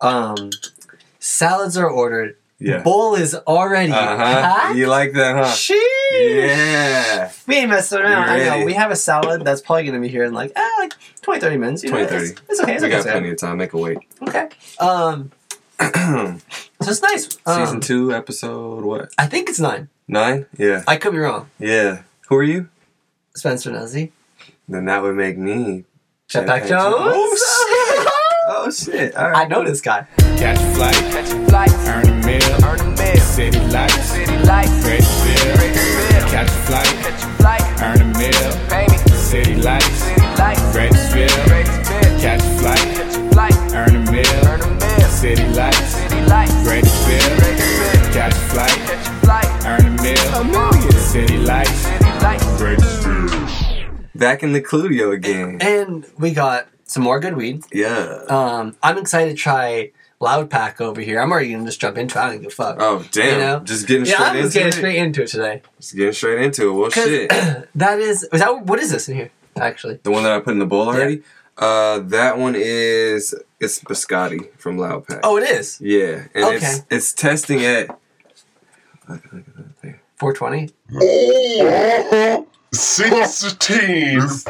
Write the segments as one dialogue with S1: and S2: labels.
S1: Um, salads are ordered.
S2: Yeah.
S1: Bowl is already
S2: Uh-huh.
S1: packed.
S2: You like that, huh?
S1: Sheesh.
S2: Yeah.
S1: We ain't messing around.
S2: You're
S1: I know.
S2: ready.
S1: We have a salad that's probably going to be here in like, ah, like 20, 30 minutes. You know,
S2: 20,
S1: it's-
S2: 30.
S1: It's, okay. It's
S2: We
S1: okay.
S2: got
S1: It's okay.
S2: plenty of time. Make a wait.
S1: Okay. Um, so it's nice. Um,
S2: Season two, episode what?
S1: I think it's nine.
S2: Nine? Yeah.
S1: I could be wrong.
S2: Yeah. Who are you?
S1: Spencer Nuzzi.
S2: Then that would make me.
S1: Jetpack
S2: Jetpack
S1: Jones.
S2: Jones. Oh shit! All
S1: I
S2: right.
S1: know this guy.
S3: Catch a flight, catch a flight, earn a meal, earn a meal. City lights, city lights, great bill, great bill. Catch a flight, catch a flight, earn a meal, baby. City lights, city lights, great bill, great bill. Catch a flight, catch a flight, earn a meal, earn a meal. City lights, city lights, great bill, great bill. Catch a flight, catch a flight, earn a meal, a million. City lights, city lights, great bill.
S2: Back in the Cludio again.
S1: And we got some more good weed.
S2: Yeah.
S1: Um, I'm excited to try Loud Pack over here. I'm already gonna just jump into. it. I don't give a fuck.
S2: Oh damn!
S1: you know?
S2: Just getting
S1: yeah,
S2: straight
S1: I'm
S2: into
S1: just getting
S2: it.
S1: straight into it today.
S2: Just getting straight into it. Well,
S1: 'Cause-
S2: shit.
S1: That is, is that what is this in here? Actually,
S2: the one that I put in the bowl already. Uh, that one is it's biscotti from Loud Pack.
S1: oh, it is
S2: yeah, and
S1: Okay.
S2: it's it's testing at. Look, look at that thing.
S1: 420.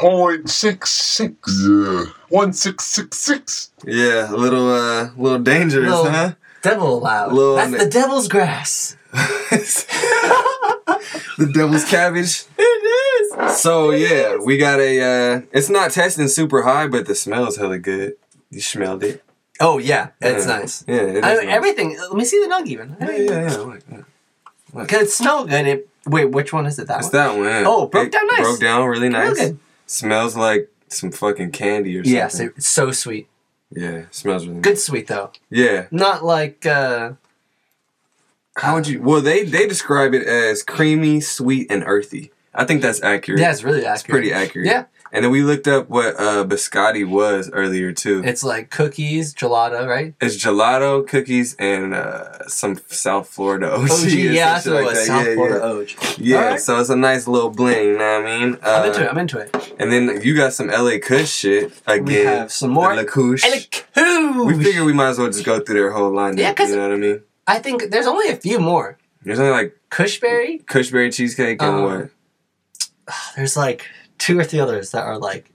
S4: 16.66. Yeah. 1666.
S2: Yeah, a little uh, little dangerous,
S1: Little-
S2: huh?
S1: Devil loud.
S2: Little
S1: That's
S2: na-
S1: the devil's grass.
S2: the devil's cabbage.
S1: It is.
S2: So yeah, we got a. Uh, it's not testing super high, but the smell's hella good. You smelled it.
S1: Oh yeah, it's
S2: Yeah.
S1: nice.
S2: Yeah, it is
S1: I,
S2: nice.
S1: Everything. Let me see the nug even.
S2: Yeah, yeah, yeah. look, look.
S1: Cause it smelled good. It, wait, which one is it? That
S2: It's
S1: one.
S2: that one. yeah.
S1: Oh, broke down nice.
S2: Broke down really nice.
S1: good.
S2: Smells like some fucking candy or something.
S1: yes, it- it's so sweet.
S2: yeah, smells really
S1: Good sweet though.
S2: Nice. Yeah.
S1: Not like. uh
S2: How would you? Well, they they describe it as creamy, sweet, and earthy. I think that's accurate.
S1: Yeah, it's really accurate.
S2: It's pretty accurate.
S1: Yeah.
S2: And then we looked up what uh, biscotti was earlier too.
S1: It's like cookies, gelato, right?
S2: It's gelato, cookies, and uh, some South Florida OG. or
S1: OG,
S2: some
S1: yeah, E that's
S2: shit
S1: what it
S2: like
S1: was.
S2: that.
S1: South
S2: yeah,
S1: Florida
S2: Yeah,
S1: OG.
S2: yeah
S1: Alright.
S2: so it's a nice little bling. You know what I mean? Uh,
S1: I'm into it. I'm into it.
S2: And then you got some LA Kush shit again.
S1: We have some more.
S2: La Kush.
S1: Elecoo.
S2: We figure we might as well just go through their whole lineup.
S1: Yeah, 'cause-
S2: you know what I mean.
S1: I think there's only a few more.
S2: There's only like
S1: Cushberry.
S2: Kushberry cheesecake and
S1: Um,
S2: what
S1: There's like two or three others that are like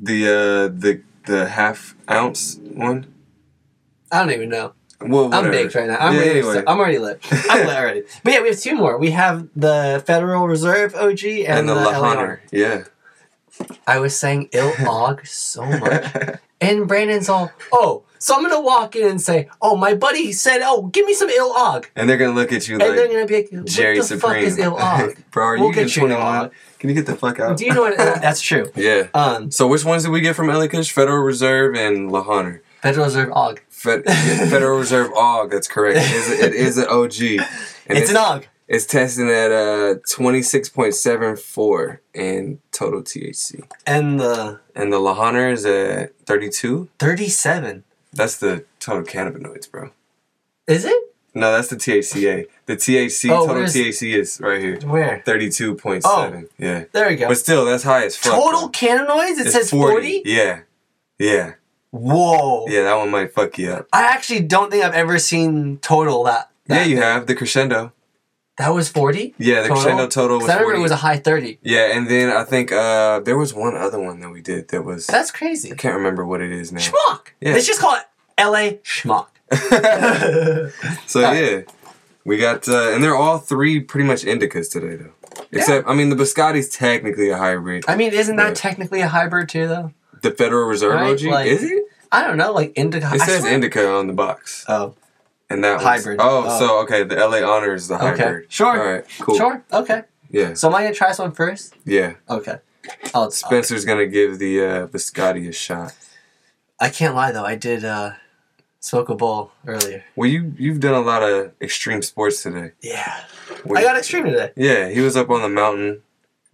S2: the uh the the half ounce one.
S1: I don't even know.
S2: Well,
S1: I'm
S2: whatever.
S1: baked right now. I'm
S2: yeah,
S1: ready. to
S2: anyway.
S1: start- I'm already lit. I'm lit already. But yeah, we have two more. We have the Federal Reserve OG and,
S2: and
S1: the,
S2: the,
S1: the
S2: La Hunter.
S1: LR. I was saying ill og so much.
S2: Yeah.
S1: And Brandon's all, oh, so I'm gonna walk in and say, oh, my buddy said, oh, give me some ill og,
S2: and they're gonna look at you
S1: and they're
S2: like
S1: gonna be like, what
S2: Jerry
S1: the
S2: Supreme.
S1: fuck is ill og?
S2: Bro, are
S1: We'll
S2: you get
S1: get you an
S2: 21?
S1: Illog.
S2: Can you get the fuck out?
S1: Do you know what? uh, that's true.
S2: yeah.
S1: Um,
S2: so which ones did we get from LA Kush? Federal Reserve and La Hunter.
S1: Federal Reserve og.
S2: Fed, Federal Reserve OG. That's correct. It is, it is an OG. And
S1: it's an og.
S2: It's testing at uh twenty six point seven four in total THC,
S1: And the
S2: and the La Hunter is at thirty two.
S1: 37.
S2: That's the total cannabinoids, bro.
S1: Is it?
S2: No, that's the THCA. The THC
S1: Oh,
S2: total
S1: where's-
S2: THC is right here,
S1: Where? Oh.
S2: thirty two point seven. Yeah,
S1: There we go.
S2: but still, that's high as fuck.
S1: Total
S2: bro.
S1: cannabinoids? It
S2: It's
S1: says 40?
S2: Yeah, yeah,
S1: Whoa.
S2: yeah. That one might fuck you up.
S1: I actually don't think I've ever seen total that.
S2: Yeah,
S1: that
S2: you have the crescendo.
S1: That was 40?
S2: Yeah, the crescendo total
S1: 'Cause
S2: was
S1: I remember
S2: 40.
S1: it was a high 30.
S2: Yeah, and then I think uh there was one other one that we did that was I
S1: That's crazy.
S2: can't remember what it is now.
S1: Schmuck.
S2: Yeah.
S1: Let's just call it LA Schmuck.
S2: So yeah, we got uh, and they're all three pretty much indicas today though. Except I mean the biscotti's technically a hybrid.
S1: I mean, isn't that
S2: Right.
S1: technically a hybrid too, though?
S2: the Federal Reserve
S1: Right,
S2: OG
S1: like-
S2: is it?
S1: I don't know, like indica.
S2: It
S1: I
S2: says
S1: swear-
S2: indica on the box,
S1: Oh,
S2: and that was-
S1: Hybrid.
S2: Oh,
S1: Oh.
S2: so okay, the LA Honor is the
S1: Okay,
S2: hybrid.
S1: sure.
S2: All right. Cool.
S1: sure. Okay.
S2: Yeah.
S1: So am I gonna try this one first?
S2: yeah.
S1: Okay. I'll, I'll,
S2: Spencer's gonna give the uh, biscotti a shot.
S1: I can't lie though. I did uh, smoke a bowl earlier.
S2: Well, you you've done a lot of extreme sports today.
S1: Yeah.
S2: What-
S1: I got extreme today.
S2: Yeah, he was up on the mountain,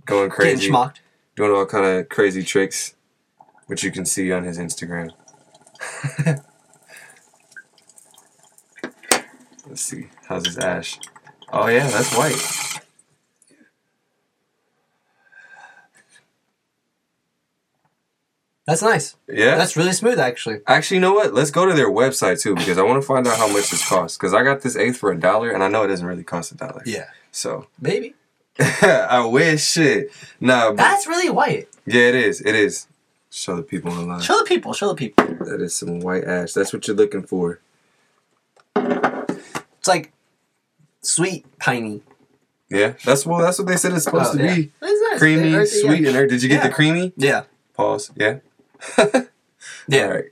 S2: going crazy,
S1: Getting schmucked.
S2: doing all kind of crazy tricks, which you can see on his Instagram. Let's see, how's his ash? Oh yeah, that's white.
S1: That's nice.
S2: Yeah.
S1: That's really smooth, actually.
S2: Actually, you know what? Let's go to their website too because I want to find out how much this costs. Because I got this eighth for a dollar, and I know it doesn't really cost a dollar.
S1: Yeah.
S2: So
S1: Maybe.
S2: I wish shit. Nah, but
S1: That's really white.
S2: yeah, it is. It is. Show the people online.
S1: Show the people. Show the people.
S2: That is some white ash. That's what you're looking for.
S1: It's like sweet piney.
S2: Yeah. That's well. That's what they said it's supposed
S1: Oh,
S2: to
S1: yeah.
S2: be.
S1: That's nice.
S2: Creamy,
S1: Yeah.
S2: sweet, and earth. Did you get the
S1: Yeah.
S2: creamy?
S1: Yeah.
S2: Pause. Yeah.
S1: Yeah.
S2: All right.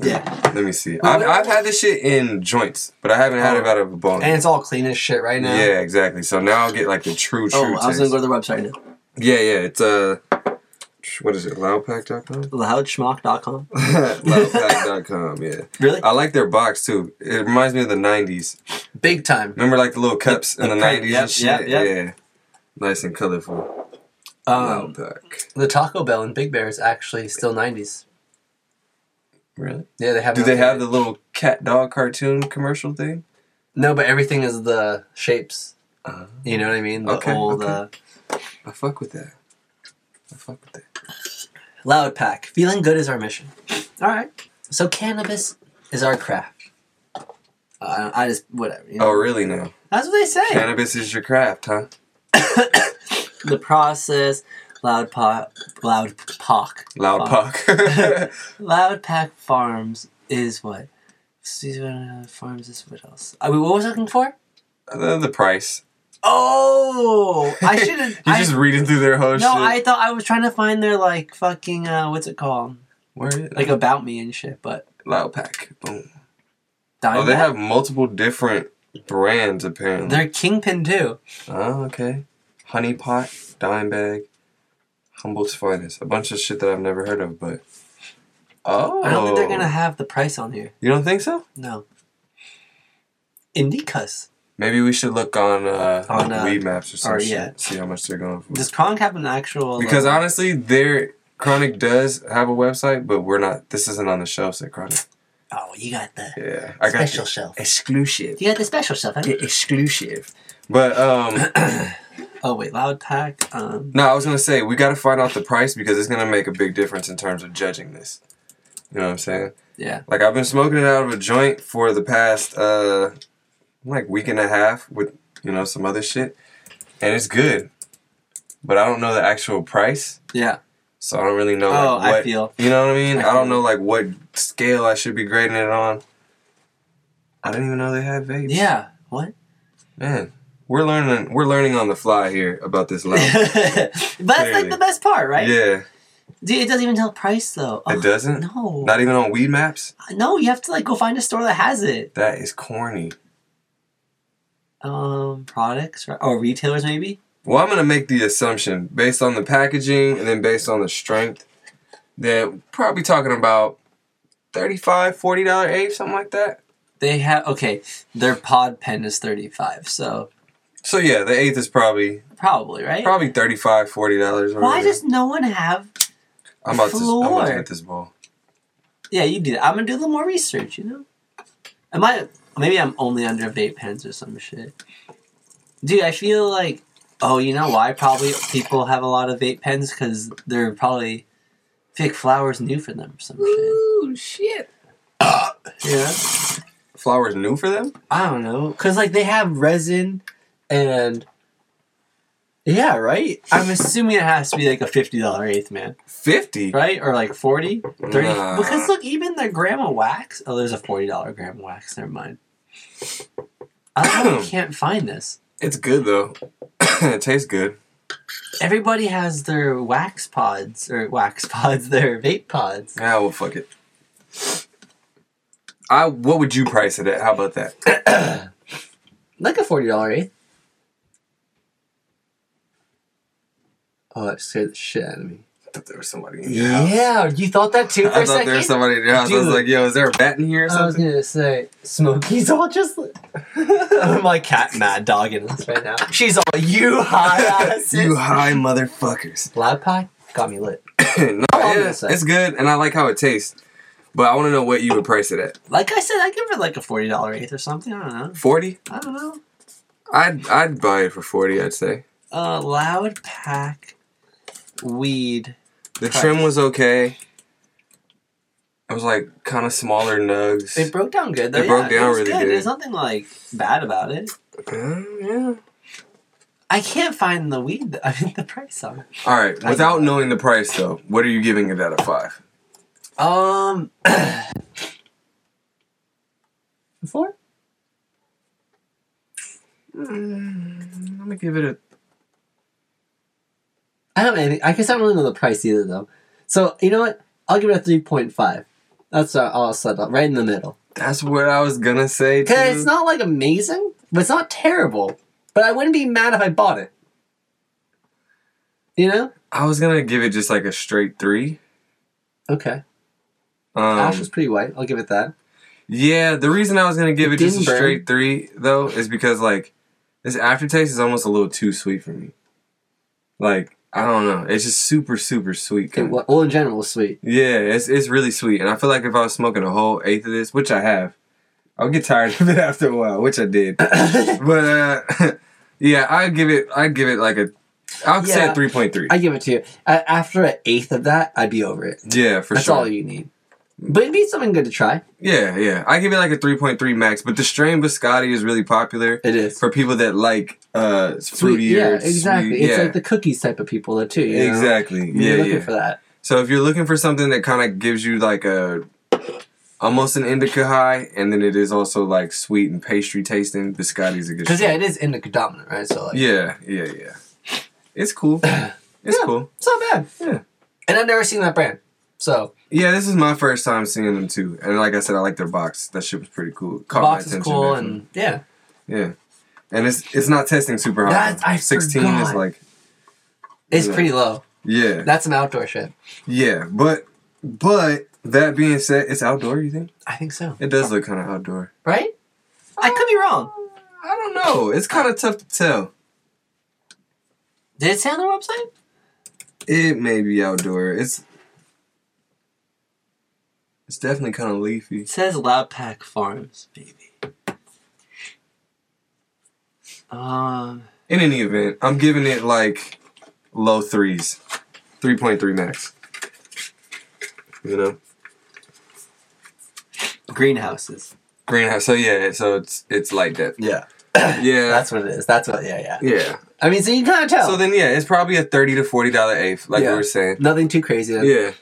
S1: Yeah.
S2: Let me see. I've,
S1: what-
S2: I've had this shit in joints, but I haven't had it out of a bone.
S1: And it's all clean as shit right Oh, now.
S2: yeah, exactly. So now I'll get like the true, true
S1: Oh, I was gonna
S2: taste.
S1: go to the website now.
S2: Yeah, yeah. It's uh, what is it? Loudpack.com.
S1: Loudschmock.com.
S2: Loudpack.com. Yeah.
S1: Really?
S2: I like their box too. It reminds me of the '90s.
S1: Big time.
S2: Remember, like the little cups in the
S1: the print,
S2: '90s
S1: yep,
S2: and shit.
S1: yep, yep.
S2: Yeah. Nice and colorful.
S1: Um,
S2: Loudpack.
S1: the Taco Bell and Big Bear is actually still 90s.
S2: Really?
S1: Yeah, they have.
S2: Do they have the little cat dog cartoon commercial thing?
S1: No, but everything is the shapes. You know what I mean? The
S2: Uh, Okay,
S1: old
S2: okay.
S1: Uh,
S2: I fuck with that. I fuck with that.
S1: loud pack. Feeling good is our mission. All right. So cannabis is our craft. Uh, I I just whatever. You know?
S2: Oh, really? Now,
S1: That's what they say.
S2: cannabis is your craft, huh?
S1: the process. Loud pack. Loud pack.
S2: Loud puck.
S1: Loud pack farms is what. uh, Farms is what else? I mean, what was I looking for?
S2: the, the price.
S1: Oh, I should have.
S2: You're just reading through their whole shit.
S1: No, I thought I was trying to find their like fucking uh, what's it called?
S2: Where is it?
S1: Like about me and shit, but
S2: Loud Pack. Boom.
S1: Diamondback.
S2: Oh, they have multiple different brands apparently.
S1: They're kingpin too.
S2: oh, okay. Honey Pot, Dime Bag, Humboldt's Finest. A bunch of shit that I've never heard of, but oh,
S1: I don't think they're gonna have the price on here.
S2: You don't think so?
S1: No. Indicus.
S2: Maybe we should look on uh,
S1: On, uh,
S2: Weed Maps or some
S1: or,
S2: shit.
S1: yeah.
S2: See how much they're going for.
S1: Does Kronk have an actual? uh,
S2: because
S1: like-
S2: honestly, their Chronic does have a website, but we're not. This isn't on the shelves at Chronic.
S1: oh, you got the
S2: Yeah, I got
S1: special
S2: the
S1: shelf.
S2: exclusive.
S1: You got the special shelf. Huh?
S2: exclusive. But um
S1: Oh wait, Loud Pack. Um,
S2: no, I was gonna say we gotta find out the price because it's gonna make a big difference in terms of judging this. You know what I'm saying?
S1: yeah.
S2: Like I've been smoking it out of a joint for the past uh like week and a half with you know some other shit. And it's good. But I don't know the actual price.
S1: Yeah.
S2: So I don't really know
S1: Oh,
S2: like,
S1: I
S2: what
S1: feel.
S2: you know what I mean?
S1: I
S2: I, don't
S1: feel.
S2: know like what scale I should be grading it on. I didn't even know they had vapes.
S1: Yeah. What?
S2: Man, we're learning we're learning on the fly here about this loud.
S1: but that's like
S2: Clearly.
S1: the best part, right?
S2: Yeah,
S1: Dude, it doesn't even tell price though.
S2: it
S1: Ugh,
S2: doesn't.
S1: No.
S2: Not even on weed maps.
S1: no, you have to like go find a store that has it.
S2: That is corny.
S1: um products right? or retailers maybe
S2: Well, I'm gonna make the assumption based on the packaging and then based on the strength that we're probably talking about 35 40 dollar ape something like that.
S1: they have okay their pod pen is 35 so
S2: So yeah, the eighth is probably
S1: probably right
S2: probably 35 40 dollars.
S1: why does no one have
S2: I'm about to I'm about to
S1: floor?
S2: hit this ball.
S1: yeah you do that i'm gonna do a little more research you know am i maybe i'm only under vape pens or some shit dude i feel like oh you know why probably people have a lot of vape pens because they're probably fake flowers new for them or some
S2: Ooh
S1: shit
S2: shit!
S1: yeah
S2: Flowers new for them?
S1: I don't know, cause like they have resin, and yeah, right. I'm assuming it has to be like a fifty dollar eighth man,
S2: 50.
S1: right? Or like 40, 30.
S2: Nah.
S1: Because look, even their gram of wax. Oh, there's a forty dollar gram of wax. Never mind. I don't know. why we can't find this.
S2: It's good though. it tastes good.
S1: Everybody has their wax pods or wax pods, their vape pods.
S2: Ah, well, fuck it. I what would you price it at? How about that?
S1: Like a forty dollar eighth. Oh, that scared the shit out of me.
S2: I thought there was somebody. In your
S1: Yeah,
S2: house.
S1: you thought that too for
S2: I
S1: a
S2: thought
S1: second.
S2: there was somebody in your house. I was
S1: Dude.
S2: like, yo, is there a bat in here or
S1: I was
S2: something?
S1: gonna say Smokey's all just. I'm like cat mad dogging us right now. She's all you high ass.
S2: you high motherfuckers.
S1: Loud pie got me lit.
S2: no,
S1: gonna
S2: yeah,
S1: say.
S2: it's good, and I like how it tastes. But I want to know what you would price it at.
S1: Like I said, I give her like a forty dollar eighth or something. I don't know.
S2: Forty?
S1: I don't know.
S2: I'd I'd buy it for forty. I'd say
S1: Uh, loud pack weed.
S2: the
S1: Price.
S2: trim was okay. It was like kind of smaller nugs.
S1: It broke down good. Though.
S2: It broke
S1: yeah,
S2: down
S1: was
S2: really
S1: good.
S2: good.
S1: There's nothing like bad about it.
S2: Uh, yeah.
S1: I can't find the weed. th- I mean, the price on it.
S2: All right. Without knowing the price, though, what are you giving it out of five?
S1: Um, four. Mm,
S2: I'm gonna give it a.
S1: I don't. Know, I guess I don't really know the price either, though. So you know what? I'll give it a three point five. That's what I'll settle right in the middle.
S2: That's what I was gonna say. Too.
S1: Cause it's not like amazing, but it's not terrible. But I wouldn't be mad if I bought it. You know?
S2: I was gonna give it just like a straight three.
S1: Okay.
S2: Um,
S1: Ash was pretty white. I'll give it that.
S2: Yeah, the reason I was gonna give it,
S1: It
S2: just a
S1: didn't burn.
S2: straight three though is because like this aftertaste is almost a little too sweet for me. Like I don't know, it's just super super sweet.
S1: It,
S2: kinda.
S1: wa- well, in general, it's sweet.
S2: Yeah, it's it's really sweet, and I feel like if I was smoking a whole eighth of this, which I have, I'll get tired of it after a while, which I did. but uh, yeah, I give it I give it like a I'll say
S1: Yeah.
S2: three point three.
S1: I give it to you. A after an eighth of that, I'd be over it.
S2: Yeah, for
S1: That's
S2: sure.
S1: all you need. But it'd be something good to try.
S2: Yeah, yeah. I give it like a 3.3 max, but the strain biscotti is really popular
S1: It is.
S2: for people that like uh fruity
S1: yeah, exactly.
S2: Sweet,
S1: It's
S2: yeah.
S1: like the cookies type of people, though, too. You know?
S2: exactly.
S1: You're
S2: yeah,
S1: looking
S2: yeah.
S1: for that.
S2: So if you're looking for something that kind of gives you like a almost an indica high and then it is also like sweet and pastry tasting, biscotti is a good
S1: Because, yeah,
S2: strain.
S1: it is indica dominant, right? So, like,
S2: Yeah, yeah, yeah. It's cool. It's
S1: Yeah.
S2: cool.
S1: it's not bad.
S2: Yeah.
S1: And I've never seen that brand. So,
S2: Yeah, this is my first time seeing them too. And like I said, I like their box. That shit was pretty cool. Caught
S1: the
S2: my
S1: box is
S2: attention,
S1: cool.
S2: definitely.
S1: And, yeah.
S2: Yeah. And it's it's not testing super high.
S1: That's- I
S2: Sixteen is
S1: forgot.
S2: like
S1: It's
S2: Yeah.
S1: pretty low.
S2: yeah.
S1: That's an outdoor shit.
S2: yeah. But but that being said, it's outdoor, you think?
S1: I think so.
S2: It does look kinda outdoor.
S1: Right? I could be wrong.
S2: I don't know. It's kinda tough to tell.
S1: Did it say on their website?
S2: It may be outdoor. It's it's definitely kinda leafy.
S1: It says Loud Pack Farms, baby. Um,
S2: In any event, I'm giving it like low threes. Three point three max. You know?
S1: greenhouses.
S2: Greenhouse. So yeah, so it's it's like that.
S1: Yeah.
S2: Yeah.
S1: That's what it is. That's what, yeah, yeah.
S2: yeah.
S1: I mean, so you kind of tell.
S2: So then, yeah, it's probably a thirty to forty dollar eighth, like
S1: Yeah.
S2: we were saying.
S1: Nothing too crazy. Then.
S2: Yeah,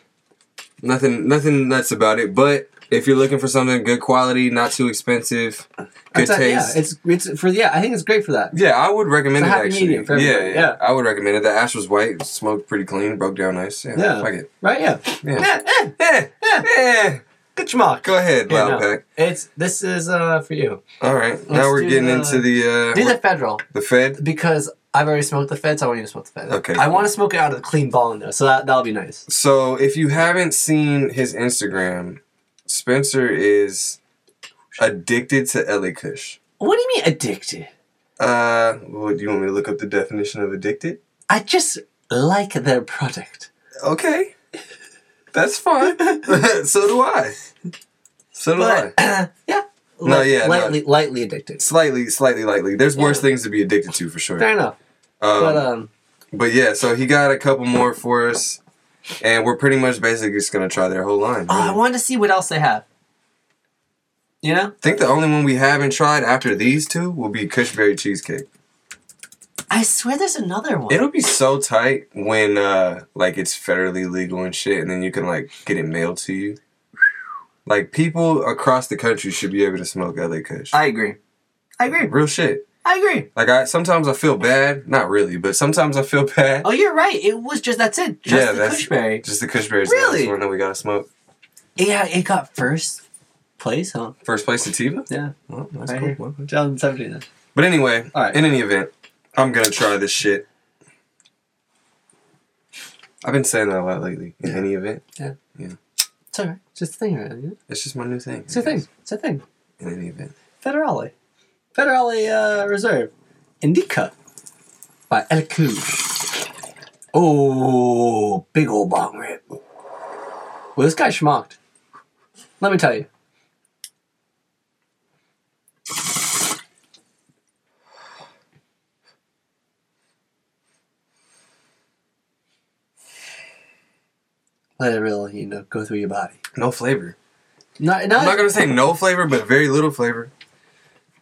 S2: nothing, nothing nuts about it. But if you're looking for something good quality, not too expensive, good
S1: It's a-
S2: taste,
S1: Yeah, it's it's for yeah. I think it's great for that.
S2: yeah, I would recommend
S1: It's a
S2: it
S1: happy
S2: actually.
S1: medium for
S2: yeah, yeah,
S1: everybody, yeah.
S2: I would recommend it. The ash was white, smoked pretty clean, broke down nice. Yeah,
S1: Yeah.
S2: fuck it.
S1: Right? Yeah.
S2: Yeah.
S1: Yeah. yeah.
S2: Yeah, yeah,
S1: Good schmuck.
S2: Go ahead,
S1: Yeah,
S2: loud
S1: no.
S2: pack.
S1: It's this is uh for you.
S2: All right, now we're
S1: do
S2: getting
S1: the-
S2: into the uh,
S1: Do the federal
S2: the Fed.
S1: because I've already smoked the feds. I want you to smoke the feds.
S2: Okay.
S1: I want to smoke it out of the clean ball in there, so that that'll be nice.
S2: So if you haven't seen his Instagram, Spencer is addicted to Ellie Kush.
S1: What do you mean addicted?
S2: Uh, well, do you want me to look up the definition of addicted?
S1: I just like their product.
S2: Okay, that's fine. so do I. So do
S1: But
S2: I.
S1: yeah.
S2: No,
S1: Li-
S2: yeah, no.
S1: Lightly, lightly addicted.
S2: Slightly, slightly, lightly. There's worse
S1: Yeah.
S2: things to be addicted to for sure.
S1: Fair enough.
S2: Um,
S1: but um,
S2: but yeah, so he got a couple more for us, and we're pretty much basically just gonna try their whole line.
S1: oh, I
S2: really.
S1: wanted to see what else they have. You know,
S2: I think the only one we haven't tried after these two will be Cushberry cheesecake.
S1: I swear there's another one.
S2: It'll be so tight when uh like it's federally legal and shit, and then you can like get it mailed to you. Like people across the country should be able to smoke LA Kush.
S1: I agree. I agree.
S2: Real shit.
S1: I agree.
S2: Like I sometimes I feel bad, not really, but sometimes I feel bad.
S1: Oh, you're right. It was just that's it. Just the Cushberry.
S2: just the Kushberry. is the
S1: Really?
S2: last one that we gotta smoke.
S1: Yeah, it got first place, huh?
S2: First place sativa.
S1: Yeah,
S2: Well, that's
S1: Right
S2: cool.
S1: here.
S2: Well,
S1: 2017. Then.
S2: But anyway,
S1: All right.
S2: in any event, I'm gonna try this shit. I've been saying that a lot lately. In any event,
S1: It's alright. Just a thing, right? yeah.
S2: it's just my new thing.
S1: It's a thing. It's a thing.
S2: In any event.
S1: Federale. Federale uh, Reserve. Indica. By El Cool. Oh, big old bong rip. Well, this guy schmocked. Let me tell you. Let it really, you know, go through your body.
S2: No flavor.
S1: Not,
S2: I'm not gonna say no flavor, but very little flavor.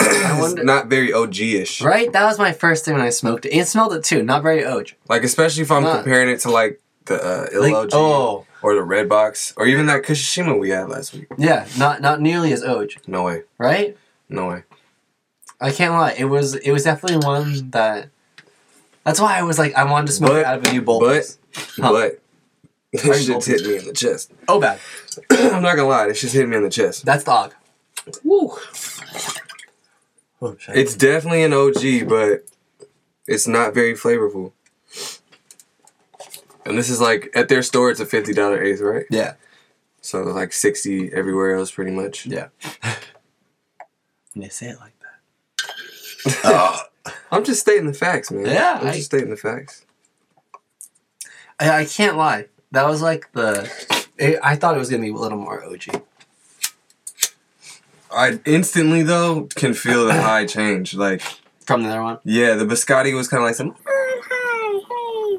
S1: I
S2: It's
S1: wonder-
S2: not very OG ish.
S1: Right? That was my first thing when I smoked it. And it smelled it too. Not very oach.
S2: Like especially if I'm
S1: Not-
S2: comparing it to like the uh,
S1: Like,
S2: LOG
S1: oh.
S2: or the Red Box or even that Kushishima we had last week.
S1: Yeah, not not nearly as oach.
S2: No way.
S1: Right?
S2: No way.
S1: I can't lie. It was it was definitely one that. That's why I was like, I wanted to smoke it
S2: But-
S1: out of a new bowl.
S2: But
S1: Huh.
S2: but
S1: Are
S2: this
S1: you
S2: shit's
S1: open?
S2: hit me in the chest.
S1: oh, bad.
S2: I'm not gonna lie, this shit's hit me in the chest.
S1: That's the og.
S2: Woo.
S1: Oh, shit.
S2: It's definitely an OG, but it's not very flavorful. And this is like at their store, it's a fifty dollar eighth, right?
S1: yeah.
S2: So like sixty everywhere else, pretty much.
S1: Yeah. And they say it like that.
S2: I'm just stating the facts, man.
S1: Yeah,
S2: I'm
S1: I-
S2: just stating the facts.
S1: I, I can't lie. That was like the. It, I thought it was gonna be a little more OG.
S2: I instantly though can feel the high change. Like,
S1: From the other one?
S2: yeah, the biscotti was kind of like some,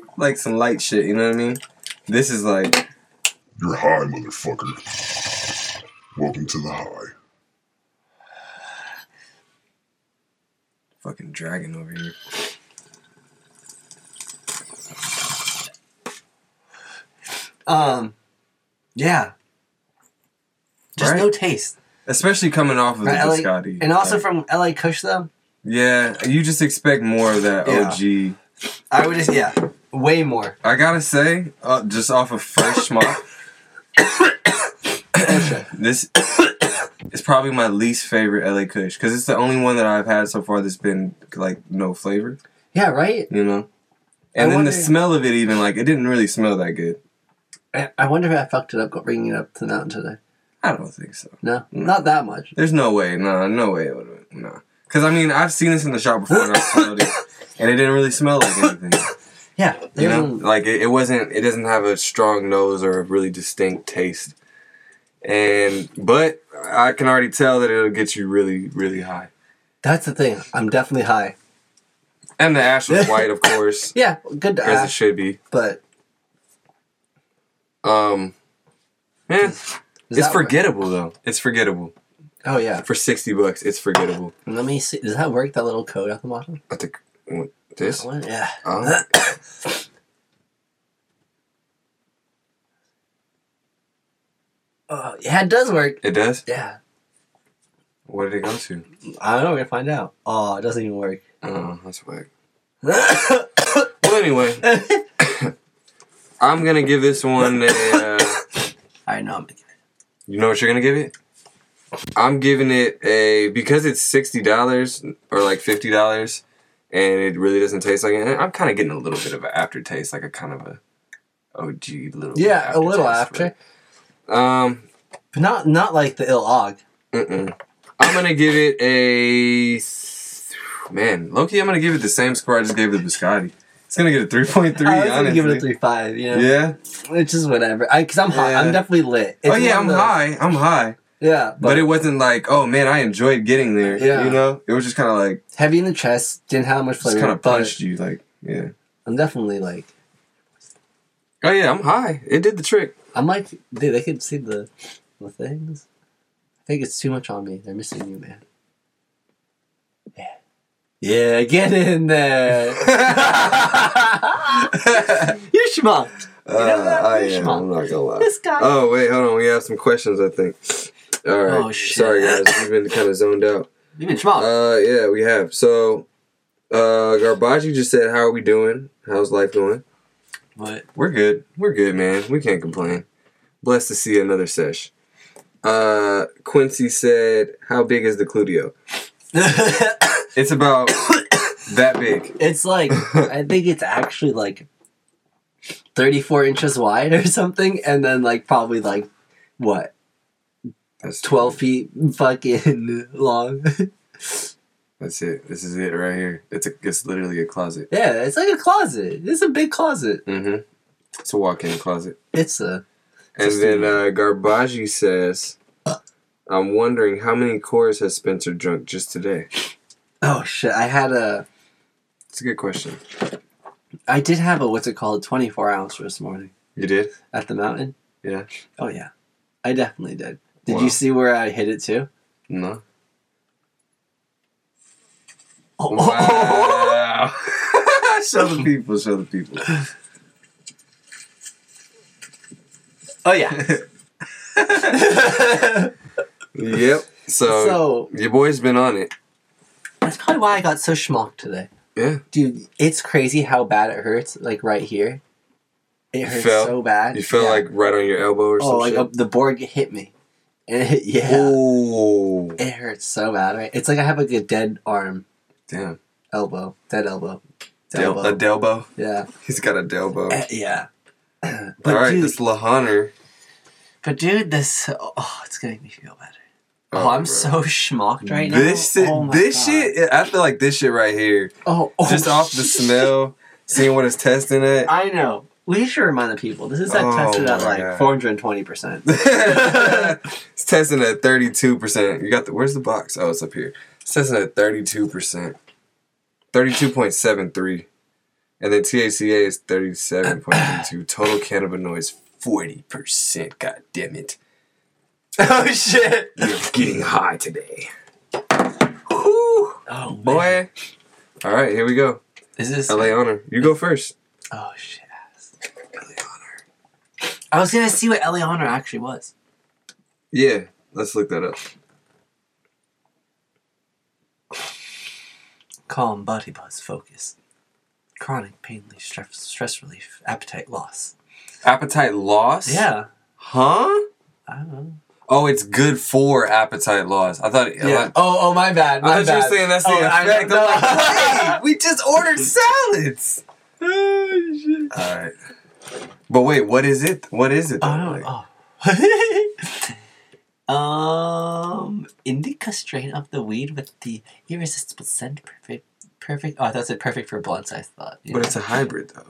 S2: like some light shit. You know what I mean? This is like,
S4: You're high, motherfucker. Welcome to the high.
S2: fucking dragon over here.
S1: Um, yeah. Just
S2: Right.
S1: no taste.
S2: Especially coming off of the
S1: Right, LA
S2: biscotti,
S1: and also
S2: Like,
S1: from LA Kush though,
S2: yeah, you just expect more of that
S1: Yeah.
S2: OG.
S1: I would just yeah, way more.
S2: I gotta say, uh, just off of first schmuck, this is probably my least favorite LA Kush because it's the only one that I've had so far that's been like no flavor,
S1: Yeah, right.
S2: you know.
S1: I
S2: And then
S1: wonder-
S2: the smell of it, even like it didn't really smell that good.
S1: I, I wonder if I fucked it up bringing it up to the mountain today.
S2: I don't think so.
S1: No, not that much.
S2: There's no way, nah, no way it would have been, nah. Because I mean, I've seen this in the shop before and I smelled it, and it didn't really smell like anything.
S1: Yeah,
S2: You know,
S1: there's-
S2: like it, it wasn't. It doesn't have a strong nose or a really distinct taste. And but I can already tell that it'll get you really, really high.
S1: that's the thing. I'm definitely high.
S2: And the ash was white, of course,
S1: Yeah, good to
S2: as it
S1: ask,
S2: should be.
S1: but
S2: Um, eh,
S1: is
S2: it's
S1: that wor-
S2: forgettable though. It's forgettable
S1: Oh yeah.
S2: for sixty bucks. It's forgettable.
S1: Let me see. Does that work? That little code at the bottom. Um.
S2: I think what, this.
S1: What? Yeah.
S2: Oh.
S1: Oh, yeah, it does work.
S2: It does.
S1: Yeah.
S2: What did it go to?
S1: I don't know. We're gonna find out. Oh, it doesn't even work.
S2: Oh, that's whack. Well, anyway, I'm gonna give this one. A, uh,
S1: I know. I'm making
S2: You know what you're gonna give it? I'm giving it a because it's sixty dollars or like fifty dollars, and it really doesn't taste like it. I'm kind of getting a little bit of an aftertaste, like a kind of a OG little.
S1: it. Yeah, a little
S2: aftertaste
S1: after,
S2: for it. Um,
S1: but not not like the ill og.
S2: mm-mm. I'm gonna give it a man, Loki. I'm gonna give it the same score I just gave the biscotti. It's gonna get a three point three.
S1: I was gonna
S2: honestly.
S1: give it a three five. You know,
S2: Yeah.
S1: which is whatever. I because I'm high.
S2: Yeah.
S1: I'm definitely lit. It's
S2: oh yeah,
S1: one
S2: I'm
S1: of those-
S2: high. I'm high.
S1: Yeah, but,
S2: But, it wasn't like, oh man, I enjoyed getting there.
S1: Yeah.
S2: You know, it was just kind of like.
S1: heavy in the chest. Didn't have much
S2: just
S1: flavor.
S2: kind of
S1: but
S2: punched you, like yeah.
S1: I'm definitely like
S2: Oh yeah, I'm high. It did the trick.
S1: I'm like dude. They could see the the things. I think it's too much on me. They're missing you, man. Yeah, yeah. Get in there. you schmuck.
S2: Uh, I am. I'm not gonna lie.
S1: This guy.
S2: Oh wait, hold on. We have some questions. I think. All right.
S1: Oh, shit.
S2: Sorry guys, we've been kind of zoned out.
S1: You mean schmuck?
S2: Uh, yeah, we have. So, uh, Garbaji just said, "How are we doing? How's life going?
S1: but
S2: We're good. We're good, man. We can't complain. Blessed to see another sesh." Uh, Quincy said, "How big is the Cludio? It's about that big.
S1: it's like I think it's actually like thirty-four inches wide or something, and then like probably like what
S2: That's
S1: twelve feet fucking long.
S2: That's it. This is it right here. It's a, it's literally a closet.
S1: yeah, it's like a closet. It's a big closet.
S2: Mm-hmm. It's a walk-in closet.
S1: It's a
S2: And
S1: Just
S2: then
S1: a-
S2: uh, Garbaji says, "I'm wondering how many cores has Spencer drunk just today."
S1: oh shit. I had a
S2: It's a good question.
S1: I did have a what's it called twenty-four ounce this morning
S2: You did?
S1: at the mountain.
S2: Yeah.
S1: Oh yeah, I definitely did. Did
S2: Wow.
S1: you see where I hit it too?
S2: No.
S1: Oh,
S2: Wow. show the people. Show the people.
S1: Oh, yeah.
S2: Yep. So,
S1: So-
S2: your boy's been on it.
S1: That's probably why I got so schmucked today,
S2: Yeah.
S1: dude. It's crazy how bad it hurts. Like right here, it hurts
S2: fell?
S1: so bad.
S2: You felt
S1: Yeah.
S2: like right on your elbow or
S1: oh, like
S2: something.
S1: uh, the board hit me. And it hit- yeah,
S2: Oh.
S1: it hurts so bad. Right? It's like I have like a dead arm,
S2: Damn.
S1: elbow, dead elbow, dead
S2: Del-
S1: elbow.
S2: a Delbo.
S1: yeah,
S2: He's got a Delbo.
S1: Eh, yeah. but
S2: All right,
S1: dude,
S2: this Lahunter.
S1: but dude, this oh, it's gonna make me feel better.
S2: Oh,
S1: Oh, I'm
S2: bro.
S1: so schmucked right now.
S2: This shit,
S1: Oh my
S2: this
S1: God.
S2: shit, I feel like this shit right here,
S1: Oh, oh,
S2: just off the smell, seeing what it's testing at.
S1: I know. We should remind the people. This is that
S2: Oh
S1: tested at
S2: my
S1: like
S2: God.
S1: four hundred and twenty percent.
S2: it's testing at 32%. You got the, where's the box? Oh, it's up here. It's testing at 32%. 32.73. And then THCA is 37.32. Total cannabinoids, 40%. God damn it.
S1: Oh shit!
S2: You're getting high today.
S1: Oh boy,
S2: Boy. All right, here we go.
S1: is this?
S2: LA Honor, you go first.
S1: Oh shit! I was gonna see what Eleanor actually was.
S2: Yeah, let's look that up.
S1: Calm body buzz focus. Chronic painless stress, stress relief, appetite loss.
S2: Appetite loss?
S1: Yeah,
S2: Huh?
S1: I don't know.
S2: Oh, it's good for appetite loss. I thought. I
S1: Yeah. Oh, oh, my bad. My
S2: I thought you were
S1: bad.
S2: saying that's the
S1: Oh, I
S2: effect.
S1: know.
S2: I'm like, wait, we just ordered salads.
S1: Oh,
S2: All right. But wait, what is it? What is it? though?
S1: I
S2: Like,
S1: don't know. um, indica strain of the weed with the irresistible scent, perfect, perfect. Oh, that's it. Perfect for blunts, I thought. Yeah.
S2: But it's a hybrid, though.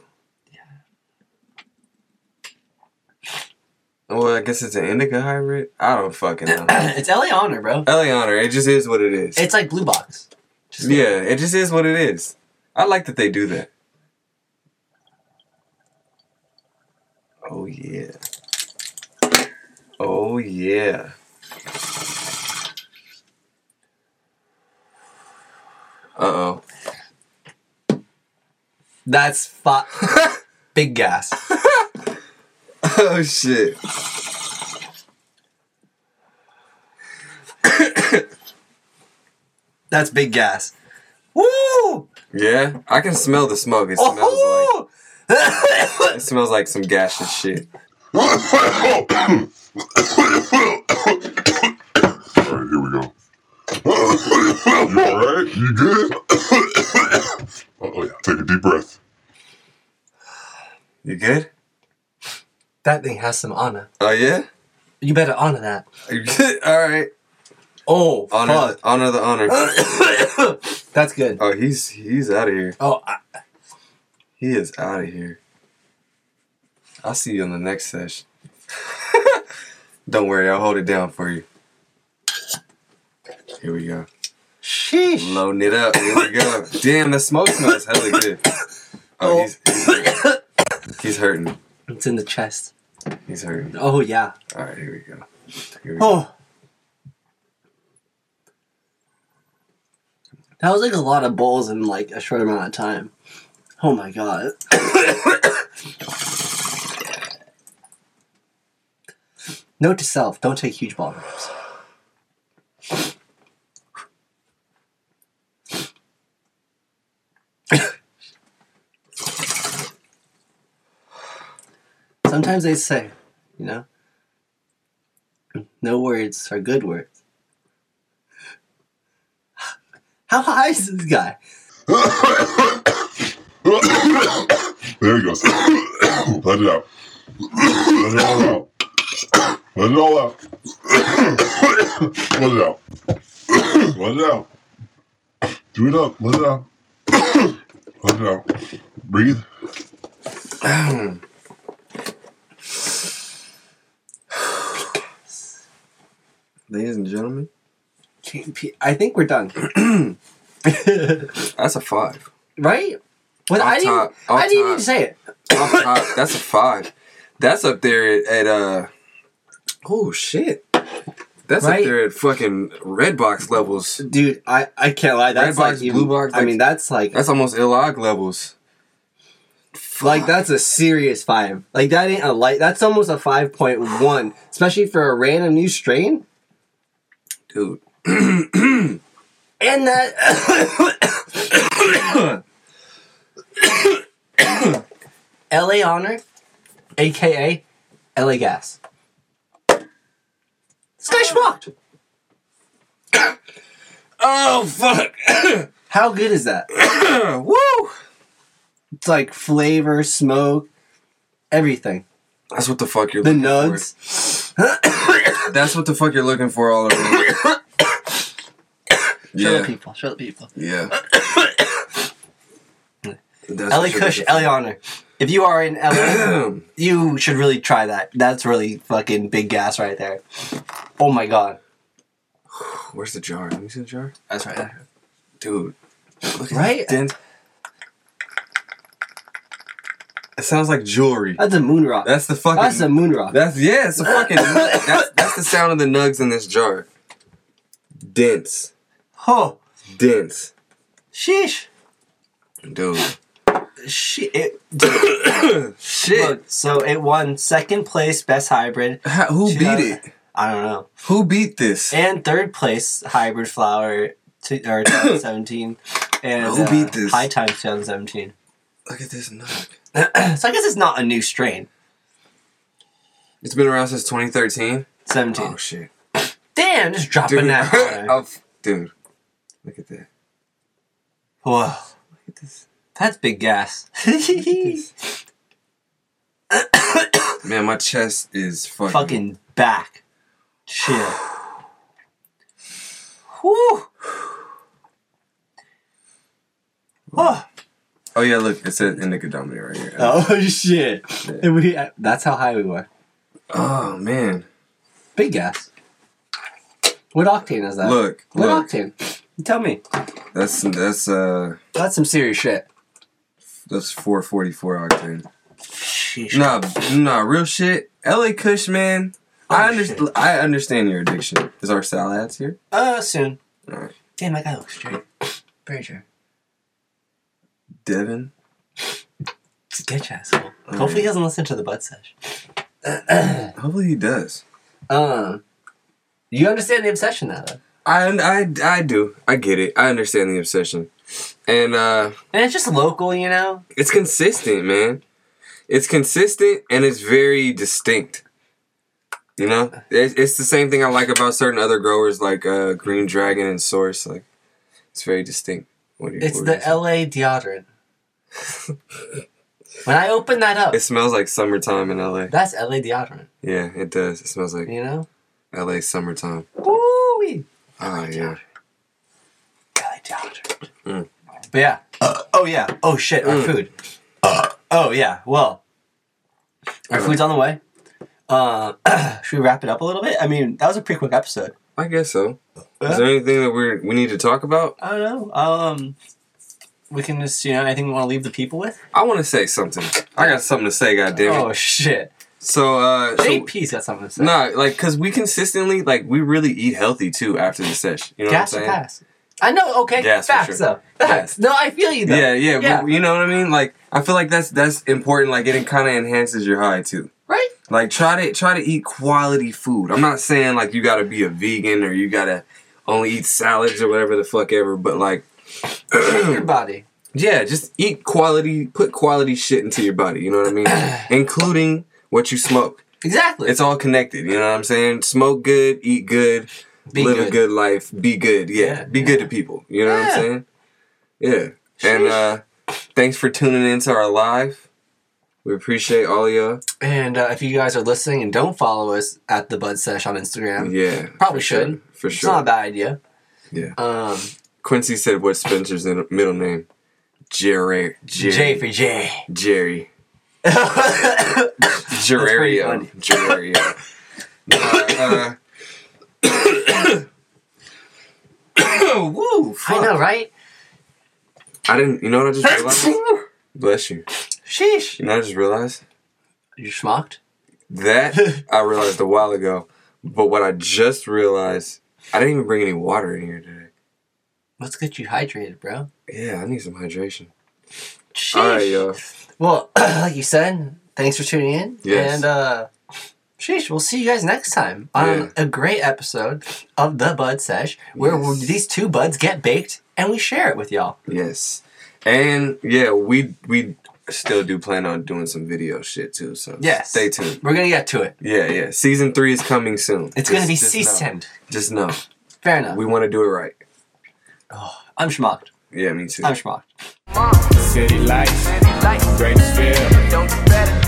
S2: Well, I guess it's an indica hybrid. I don't fucking know.
S1: it's Eleanor,
S2: Uh,
S1: bro.
S2: Eleanor, it just is what it is.
S1: It's like blue box. Just like-
S2: yeah, it just is what it is. I like that they do that. Oh yeah. Oh yeah. Uh oh.
S1: that's fi- big gas.
S2: oh shit.
S1: That's big gas. Woo!
S2: Yeah, I can smell the smoke. It smells like
S1: Oh!
S2: it smells like some gaseous shit.
S4: Alright, here we go. You alright? You good? oh, yeah. Take a deep breath.
S2: You good?
S1: that thing has some honor.
S2: Oh yeah.
S1: You better honor that.
S2: You good? All right.
S1: Oh,
S2: Honor, honor the honor.
S1: fuck. that's good.
S2: Oh, he's he's out of here.
S1: Oh, I,
S2: He is out of here. I'll see you on the next session. Don't worry, I'll hold it down for you. Here we go.
S1: sheesh.
S2: Loading it up. Here we go. Damn, the smoke smells hella good. Oh, he's, he's hurting.
S1: It's in the chest.
S2: He's hurting.
S1: Oh yeah.
S2: All right, here we go. Here we go.
S1: Oh. That was like a lot of bowls in like a short amount of time. Oh my god. Note to self, don't take huge ball rips. Sometimes they say, you know, no words are good words. How high is this guy?
S4: There he goes. Let it out. Let it all out. Let it all out. Let it out. Let it out. Do it up. Let it out. Let it out. Breathe.
S2: Ladies and gentlemen,
S1: KP I think we're done,
S2: that's a five.
S1: right? Well, I didn't.
S2: top, off
S1: I didn't
S2: top.
S1: even say it.
S2: Off top, that's a five. That's up there at, at uh oh shit. That's
S1: Right?
S2: up there at fucking red box levels.
S1: Dude, I, I can't lie. That's
S2: Red
S1: like
S2: box,
S1: even-
S2: blue box,
S1: I
S2: like-
S1: mean, that's like
S2: That's almost illog levels.
S1: like that's a serious five. Like that ain't a light. That's almost a five point one, especially for a random new strain.
S2: Dude.
S1: And that LA Honor, aka LA Gas. Sky schmucked.
S2: Oh fuck.
S1: How good is that?
S2: Woo!
S1: It's like flavor, smoke, everything.
S2: That's what the fuck you're
S1: The
S2: looking
S1: nugs.
S2: for. That's what the fuck you're looking for all around.
S1: Show the
S2: yeah.
S1: people. Show the people.
S2: Yeah. That's
S1: LA
S2: what you're
S1: Kush,
S2: looking for.
S1: LA Honor. If you are in LA, you should really try that. That's really fucking big gas right there. Oh my god.
S2: Where's the jar? Let me see the jar.
S1: That's right there.
S2: Dude. Look at
S1: Right?
S2: that dent. It sounds like jewelry.
S1: That's a moon rock.
S2: That's the fucking
S1: That's a moon rock.
S2: That's yeah, it's a fucking. that's, that's the sound of the nugs in this jar. Dense,
S1: oh,
S2: dense,
S1: sheesh.
S2: dude.
S1: She, it, dude,
S2: Shit.
S1: look, so it won second place best hybrid.
S2: How- who
S1: She got-
S2: beat it?
S1: I don't know.
S2: Who beat this?
S1: And third place hybrid flower to, or 2017. And
S2: Who
S1: uh,
S2: beat this?
S1: High Times 2017.
S2: Look at this nug.
S1: So I guess it's not a new strain.
S2: It's been around since 2013.
S1: 17.
S2: Oh shit,
S1: Damn, just dropping
S2: dude.
S1: that.
S2: Oh, f- dude, look at that.
S1: Whoa. That's big gas.
S2: Man, my chest is fucking.
S1: Fucking back. Chill. Whew. Oh.
S2: Oh yeah, look, it said indica dominant right here.
S1: oh shit. And we, uh, that's how high we were.
S2: Oh man,
S1: Big gas. What octane is that?
S2: look,
S1: What
S2: look.
S1: octane? You Tell me.
S2: That's that's uh,
S1: That's some serious shit.
S2: that's 444 octane.
S1: Sheesh.
S2: Nah, nah, real shit. LA Kush, man. I
S1: Oh,
S2: understand.
S1: shit.
S2: I understand your addiction. Is our salads here?
S1: Uh, soon.
S2: Alright.
S1: Damn, I gotta look straight. Very sure.
S2: Devin.
S1: It's a good asshole. Hopefully he doesn't listen to the butt sesh.
S2: Hopefully he does.
S1: Um, you understand the obsession now, though.
S2: I I I do. I get it. I understand the obsession, and uh,
S1: And it's just local, you know?
S2: it's consistent, man. It's consistent and it's very distinct. You know, it's, it's the same thing I like about certain other growers like uh, Green Dragon and Source. Like, it's very distinct. What do you-
S1: It's
S2: what
S1: the
S2: would you say?
S1: LA deodorant. when I open that up,
S2: It smells like summertime in LA.
S1: that's LA deodorant,
S2: Yeah, it does. It smells like
S1: you know?
S2: LA summertime.
S1: Ooh,
S2: Oh yeah.
S1: LA deodorant.
S2: Mm.
S1: But yeah. oh, yeah. Oh, shit. Our
S2: Uh, Mm.
S1: food. oh, yeah. Well, our food's on the way. Uh, should we wrap it up a little bit? I mean, that was a pretty quick episode.
S2: I guess so.
S1: Yeah.
S2: Is there anything that we we need to talk about?
S1: I don't know. Um, we can just, you know, anything we want to leave the people with?
S2: I want to say something. I got something to say. God damn it.
S1: Oh, shit.
S2: so, uh, so,
S1: JP's got something to say.
S2: nah, like, cause we consistently, like, we really eat healthy too after the sesh. You know
S1: gas
S2: what
S1: or
S2: I'm saying?
S1: pass? I know. Okay,
S2: Gas for
S1: facts
S2: sure.
S1: though. Facts. No, I feel you though.
S2: Yeah, yeah,
S1: Yeah.
S2: we- you know what I mean. Like, I feel like that's that's important. Like, it kind of enhances your high too.
S1: Right?
S2: Like, try to try to eat quality food. I'm not saying like you gotta be a vegan or you gotta only eat salads or whatever the fuck ever. But like,
S1: Your body.
S2: Yeah, just eat quality, put quality shit into your body, you know what I mean? Including what you smoke.
S1: Exactly.
S2: It's all connected, you know what I'm saying? Smoke good, eat good,
S1: Be
S2: live a
S1: good.
S2: good life, be good. Yeah,
S1: Yeah,
S2: be good to people, you know what
S1: Yeah.
S2: I'm saying? Yeah. And uh thanks for tuning into our live. We appreciate all y'all.
S1: and uh, if you guys are listening and don't follow us at the Bud Sesh on Instagram,
S2: Yeah.
S1: Probably
S2: for sure,
S1: should.
S2: For
S1: it's
S2: sure.
S1: not a bad idea.
S2: Yeah.
S1: Um,
S2: Quincy said what's Spencer's in- middle name? Jerry. Jerry.
S1: J for J.
S2: Jerry.
S1: pretty
S2: Gerarium. Gerarium. Uh, uh, Woo!
S1: I
S2: Fuck.
S1: know, right?
S2: I didn't. You know what I just realized? Bless you.
S1: Sheesh.
S2: You know what I just realized?
S1: You schmucked?
S2: That I realized a while ago. But what I just realized, I didn't even bring any water in here today.
S1: Let's get you hydrated, bro.
S2: Yeah, I need some hydration.
S1: Sheesh.
S2: All right, y'all.
S1: Well, like you said, thanks for tuning in.
S2: Yes.
S1: And uh sheesh, we'll see you guys next time on
S2: Yeah.
S1: a great episode of the Bud Sesh, where
S2: Yes.
S1: these two buds get baked and we share it with y'all.
S2: Yes, and yeah, we we still do plan on doing some video shit too. So
S1: Yes.
S2: stay tuned.
S1: We're gonna get to it.
S2: Yeah, yeah. Season three is coming soon.
S1: It's
S2: Just-
S1: gonna be
S2: just
S1: C
S2: know.
S1: send.
S2: Just know
S1: Fair enough.
S2: we want to do it right.
S1: I'm schmucked.
S2: Yeah, me too.
S1: I'm schmucked.
S3: City lights, greatest feel.
S5: Don't you better